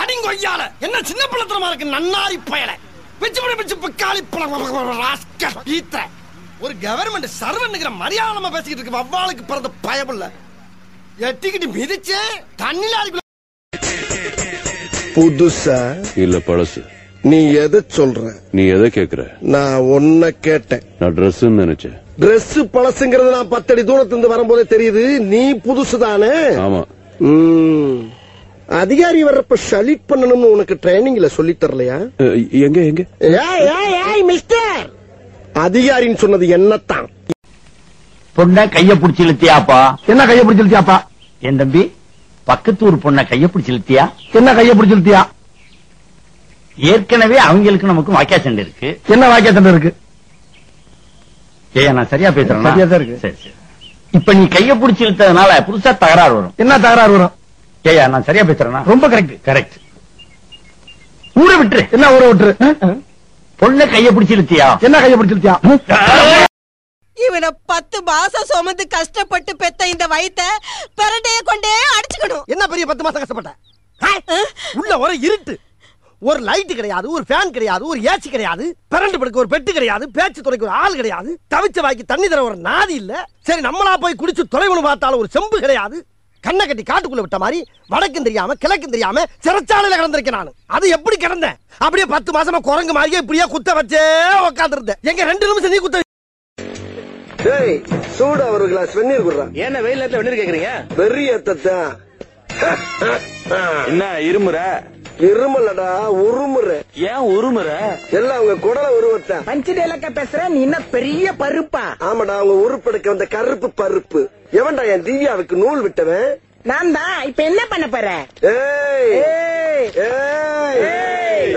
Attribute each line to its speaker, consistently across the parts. Speaker 1: புளிங்கொய்யால என்ன சின்ன பிள்ளைத்தனமா இருக்கு நன்னாரி பயல பிச்சு பிடி பிச்சு பிக்காளி ராஸ்கர் ஈத்த ஒரு கவர்மெண்ட் சர்வன்னுங்கிற மரியாதை நம்ம பேசிக்கிட்டு இருக்கு வவ்வாளுக்கு பிறந்த பயமில்ல எட்டிக்கிட்டு மிதிச்சு தண்ணில அடிக்கல
Speaker 2: புதுசா
Speaker 3: இல்ல பழசு
Speaker 2: நீ எதை சொல்ற
Speaker 3: நீ எதை கேக்குற
Speaker 2: நான் ஒன்ன கேட்டேன்
Speaker 3: நான் Dress நினைச்சேன்
Speaker 2: Dress பழசுங்கிறது நான் பத்தடி தூரத்துல இருந்து வரும்போதே தெரியுது நீ புதுசு தானே
Speaker 3: ஆமா
Speaker 2: ம். அதிகாரி வர்றப்ப சலிட் பண்ணணும்னு உனக்கு ட்ரைனிங்ல சொல்லி தரலையா
Speaker 3: அஹ், எங்க எங்க
Speaker 2: ஏய், ஏய், ஏய், மிஸ்டர் அதிகாரின்னு சொன்னது என்னத்தான்
Speaker 4: பொண்ண கைய பிடிச்சி இழுத்தியாப்பா என்ன கைய பிடிச்சி இழுத்தியாப்பா என் தம்பி பக்கத்து ஊர் பொண்ண கைய பிடிச்சி இழுத்தியா என்ன கைய பிடிச்சி இழுத்தியா ஏற்கனவே அவங்களுக்கு நமக்கு வாக்கியா சண்டை இருக்கு
Speaker 5: என்ன வாக்கிய தண்டை இருக்கு
Speaker 4: ஏய் நான் சரியா பேசுறேன்
Speaker 5: சரியா தான் இருக்கு.
Speaker 4: சரி சரி இப்ப நீ கைய பிடிச்சி இழுத்ததுனால புதுசா தகராறு வரும்
Speaker 5: என்ன தகராறு வரும்
Speaker 4: ஏயா நான் சரியா பேசுறேனா
Speaker 5: ரொம்ப கரெக்ட்
Speaker 4: கரெக்ட் ஊரை விட்டுரு
Speaker 5: என்ன ஊரை விட்டுரு
Speaker 4: பொண்ண கைய பிடிச்சி இழுத்தியா
Speaker 5: என்ன கைய பிடிச்சிருத்தியா
Speaker 6: இவனை பத்து மாசம் சுமந்து கஷ்டப்பட்டு பெத்த இந்த வயித்த பிரண்டைய கொண்டே அடிச்சுக்கணும்
Speaker 1: என்ன பெரிய பத்து மாசம் கஷ்டப்பட்டேன் ஹாய்! உள்ள ஒரு இருட்டு ஒரு லைட் கிடையாது ஒரு ஃபேன் கிடையாது ஒரு ஏசி கிடையாது பிறண்டு படுக்க ஒரு பெட்டு கிடையாது பேச்சு துறைக்கு ஒரு ஆள் கிடையாது தவிச்ச வாய்க்கு தண்ணி தர ஒரு நாதி இல்ல சரி நம்மளா போய் குடிச்சு தொலைவனு பார்த்தாலும் ஒரு செம்பு கிடையாது கண்ணை கட்டி காட்டுக்குள்ள விட்ட மாதிரி வடக்கும் தெரியாம கிழக்கும் தெரியாம சிறைச்சாலையில கிடந்திருக்கேன் நான் அது எப்படி கிடந்தேன் அப்படியே பத்து மாசமா குரங்கு மாதிரியே இப்படியே குத்த வச்சே உட்காந்துருந்தேன் எங்க ரெண்டு நிமிஷம் நீ குத்த
Speaker 2: சூடா ஒரு கிளாஸ் வெந்நீர் குடுறான்
Speaker 7: என்ன வெயில் நேரத்துல வெந்நீர் கேக்குறீங்க
Speaker 2: பெரிய அத்தான்
Speaker 7: என்ன இருமுற
Speaker 2: இருமலடா உருமுற
Speaker 7: ஏன் உருமுற
Speaker 2: எல்லாம் அவங்க குடல உருவத்தான்
Speaker 8: பஞ்சுடேலக்க பேசுற நீ என்ன பெரிய பருப்பா
Speaker 2: ஆமாடா அவங்க உருப்பெடுக்க வந்த கருப்பு பருப்பு எவன்டா என் திவ்யாவுக்கு நூல் விட்டவன்
Speaker 8: நான் தான் இப்ப என்ன பண்ண போற
Speaker 2: ஏய் ஏய் ஏய் ஏய்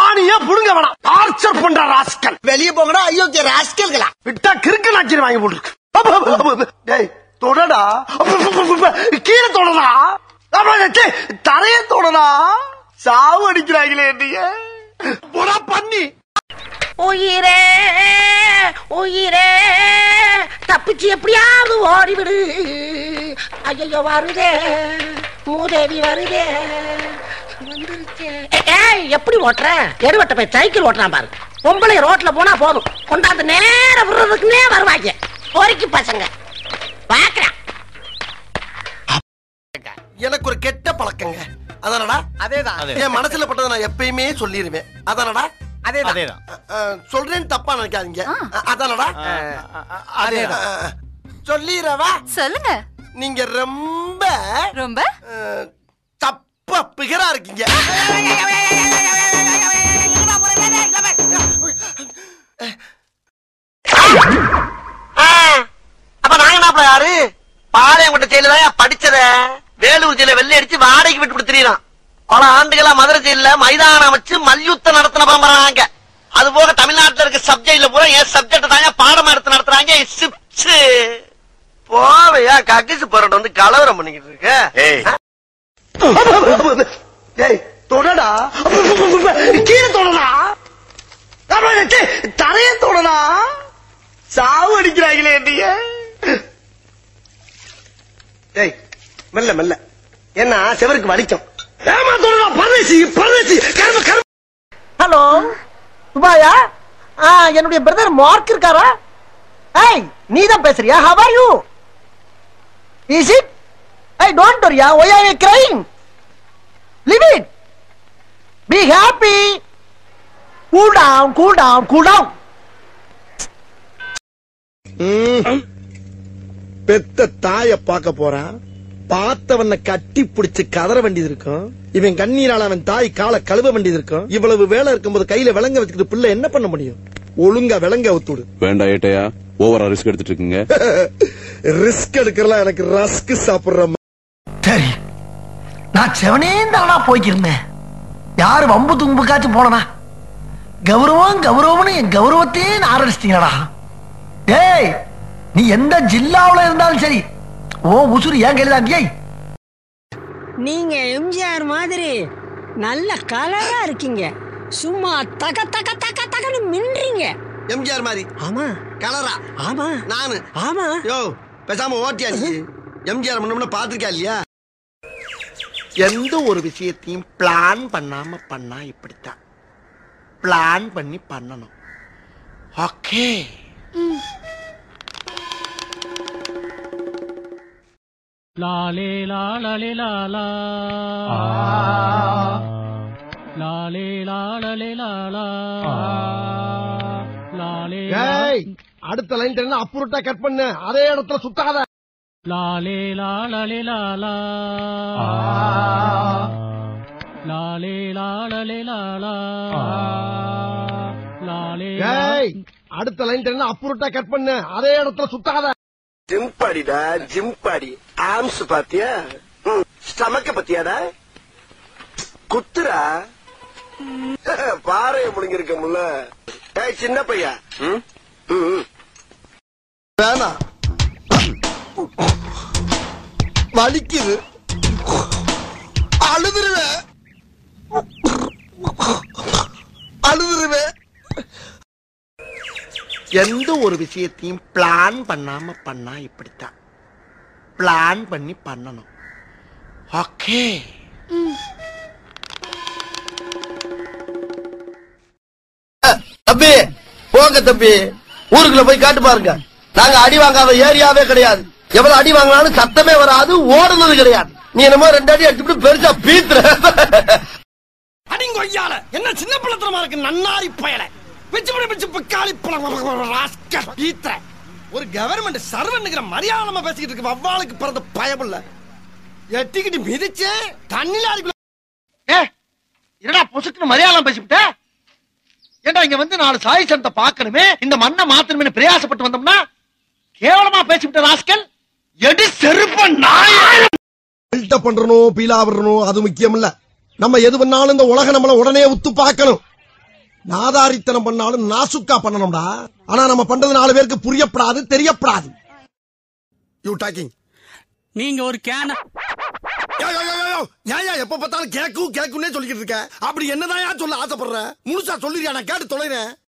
Speaker 1: ஆணியே புடுங்க வேணாம் டார்ச்சர் பண்ற ராஸ்கல் வெளிய போங்கடா ஐயோக்கிய ராஸ்கல்களா விட்டா கிறுக்கு நாச்சிரி வாங்கி போட்டுருக்கு அப்ப, அப்ப, அப்ப, அப்ப. டேய் தொடடா அப்ப, அப்ப, அப்ப, அப்ப. கீழே தொடடா அப்ப, ச்சே, தரைய தொடடா சாவு அடிக்கிறாங்களே நீங்க புறா பண்ணி
Speaker 9: உயிரே உயிரே தப்பிச்சு எப்படியாவது ஓடிவிடு ஐயோ வருதே மூதேவி வருதே வந்துருச்சே ஏ- ஏய் எப்படி ஓட்டுற எடுவட்ட போய் சைக்கிள் ஓட்டுறான் பாரு பொம்பளை ரோட்ல போனா போதும் கொண்டாந்து நேர விடுறதுக்குன்னே வருவாங்க பொறுக்கி பசங்க பாக்குறேன்
Speaker 1: எனக்கு ஒரு கெட்ட பழக்கங்க அதானடா அதேதான் என் மனசுல பட்டதை நான் எப்பயுமே சொல்லிருவேன் அதானடா அதேதான் அதேதான் சொல்றேன்னு தப்பா நினைக்காதீங்க அ- அதானடா அதேதான் சொல்லிடவா
Speaker 9: சொல்லுங்க
Speaker 1: நீங்க ரொம்ப
Speaker 9: ரொம்ப
Speaker 1: அஹ், தப்பா பிகரா இருக்கீங்க
Speaker 8: அப்ப நாங்கனாப்பா யாரு பாளையங்கோட்டை ஜெயில தான் படிச்சத வேலூர் ஜெயில வெள்ளை அடிச்சு வாடகைக்கு விட்டு கொடுத்துறான் பல ஆண்டுகளா மதுரை ஜெயில மைதானம் அமைச்சு மல்யுத்தம் நடத்தின பரம்பரை நாங்க அது போக தமிழ்நாட்டுல இருக்க சப்ஜெக்ட்ல பூரா என் சப்ஜெக்ட் தாங்க பாடமா எடுத்து நடத்துறாங்க சிப்ஸ் போவையா கக்கிசு போராட்டம் வந்து கலவரம் பண்ணிக்கிட்டு இருக்க
Speaker 1: டேய் தொடடா அப்ப, அப்ப, அப்ப, அப்ப, கீழே தொடடா அப்ப, ச்சே, தரைய தொடடா சாவு அடிக்கிறாங்களே நீங்க டேய் மெல்ல மெல்ல ஏன்னா செவருக்கு வலிக்கும் ஏமா தொடடா பரதேசி பரதேசி கரும கரும
Speaker 8: ஹலோ துபாயா ஆ என்னுடைய பிரதர் மார்க் இருக்காரா ஏய் நீ தான் பேசுறியா how are you is it ஏய் டோன்ட் வரியா why are you crying leave it be happy cool down cool down cool down
Speaker 2: ம். பெத்த தாய பார்க்க போறான் பார்த்தவன கட்டி பிடிச்சு கதற வேண்டியது இருக்கும் இவன் கண்ணீரால அவன் தாய் காலை கழுவ வேண்டியது இருக்கும் இவ்வளவு வேலை இருக்கும்போது கையில விலங்க வச்சுக்கிட்டு பிள்ளை என்ன பண்ண முடியும் ஒழுங்கா விலங்க ஒத்துடு
Speaker 3: வேண்டாம் ஏட்டையா ஓவரா ரிஸ்க் எடுத்துட்டு இருக்கீங்க
Speaker 2: ரிஸ்க் எடுக்கிறலாம் எனக்கு ரஸ்க் சாப்பிடுற ம-
Speaker 5: சரி நான் செவனேந்தானா போய்க்கிருந்தேன் யாரு வம்பு தும்புக்காச்சும் போனனா கௌரவம் கௌரவம்னு என் கௌரவத்தையே ஆரம்பிச்சிட்டீங்களா டேய் நீ எந்த ஜில்லாவுல இருந்தாலும் சரி ஓ உசுறு ஏன் கையில தான் ஏய்
Speaker 8: நீங்க எம்ஜிஆர் மாதிரி நல்ல கலரா இருக்கீங்க சும்மா தக தக தக தகன்னு மின்றீங்க
Speaker 1: எம்ஜிஆர் மாதிரி
Speaker 8: ஆமா
Speaker 1: கலரா
Speaker 8: ஆமா
Speaker 1: நானு
Speaker 8: ஆமா
Speaker 1: யோ பேசாம ஓட்டியா நீ
Speaker 2: எம்ஜிஆர் முன்னம்னு பாத்திருக்கா இல்லையா
Speaker 8: எந்த ஒரு விஷயத்தையும் பிளான் பண்ணாம பண்ணா இப்படித்தான் பிளான் பண்ணி பண்ணணும் ஓகே
Speaker 2: ஏய் அடுத்த லைன் தெரியும் அப்புறட்டா கட் பண்ணு அதே இடத்துல சுத்தாத ஏய் அடுத்த லைன் தெரியும் அப்புறட்டா கட் பண்ணு அதே இடத்துல சுத்தாத
Speaker 7: ஜிம் பாடிடா ஜிம் பாடி ஆம்ஸ் பாத்தியா ஸ்டமக்க பத்தியாடா குத்துடா பாறைய முழுங்கிருக்கமுல்ல ஏய் சின்ன பையா ம்? ம், ம்.
Speaker 2: வேணாம் வலிக்குது அழுதுருவேன் அழுதுருவேன்
Speaker 8: எந்த ஒரு விஷயத்தையும் பிளான் பண்ணாம பண்ணா இப்படித்தான் பிளான் பண்ணி பண்ணணும் ஓகே
Speaker 2: தம்பி போங்க தம்பி ஊருக்குள்ள போய் காட்டு பாருங்க நாங்க அடி வாங்காத ஏரியாவே கிடையாது எவ்வளவு அடி வாங்கினாலும் சத்தமே வராது ஓடுனது கிடையாது நீ என்னமோ ரெண்டு அடி அடிச்சுட்டு பெருசா பீத்துற
Speaker 1: அடிங்கொய்யால என்ன சின்ன பிள்ளைத்தனமா இருக்கு நன்னாரி பயல பிச்சு பிடி பிச்சு பிக்காளி ராஸ்கர் ஈத்திர ஒரு கவர்மெண்ட் சர்வன்னுங்கிற மரியாதை நம்ம பேசிக்கிட்டு இருக்கு வவ்வாளுக்கு பிறந்த பயமில்ல எட்டிக்கிட்டு மிதிச்சு தண்ணில அடிக்கல
Speaker 5: என்னடா பொசுக்குன்னு மலையாளம் பேசிவிட்ட ஏண்டா இங்க வந்து நாலு சாய் சனத்தை பார்க்கணுமே இந்த மண்ணை மாத்தணுமே பிரயாசப்பட்டு வந்தோம்னா கேவலமா பேசிவிட்ட ராஸ்கல் எடு செருப்ப நாய
Speaker 2: பில்டப் பண்றணும் பீலா விடணும் அது முக்கியம் இல்ல நம்ம எது பண்ணாலும் இந்த உலக நம்மள உடனே உத்து பார்க்கணும் நாதாரித்தனம் பண்ணாலும் நாசுக்கா பண்ணணும்டா ஆனா நம்ம பண்றது நாலு பேருக்கு புரியப்படாது தெரியப்படாது யூ டாக்கிங்
Speaker 10: நீங்க ஒரு கேன
Speaker 2: ஏன் எப்ப பார்த்தாலும் கேக்கு கேக்குன்னே சொல்லிக்கிட்டு இருக்க அப்படி என்னதான் சொல்ல ஆசைப்படுற முழுசா சொல்லிருக்கா நான் கேட்டு தொலைறேன்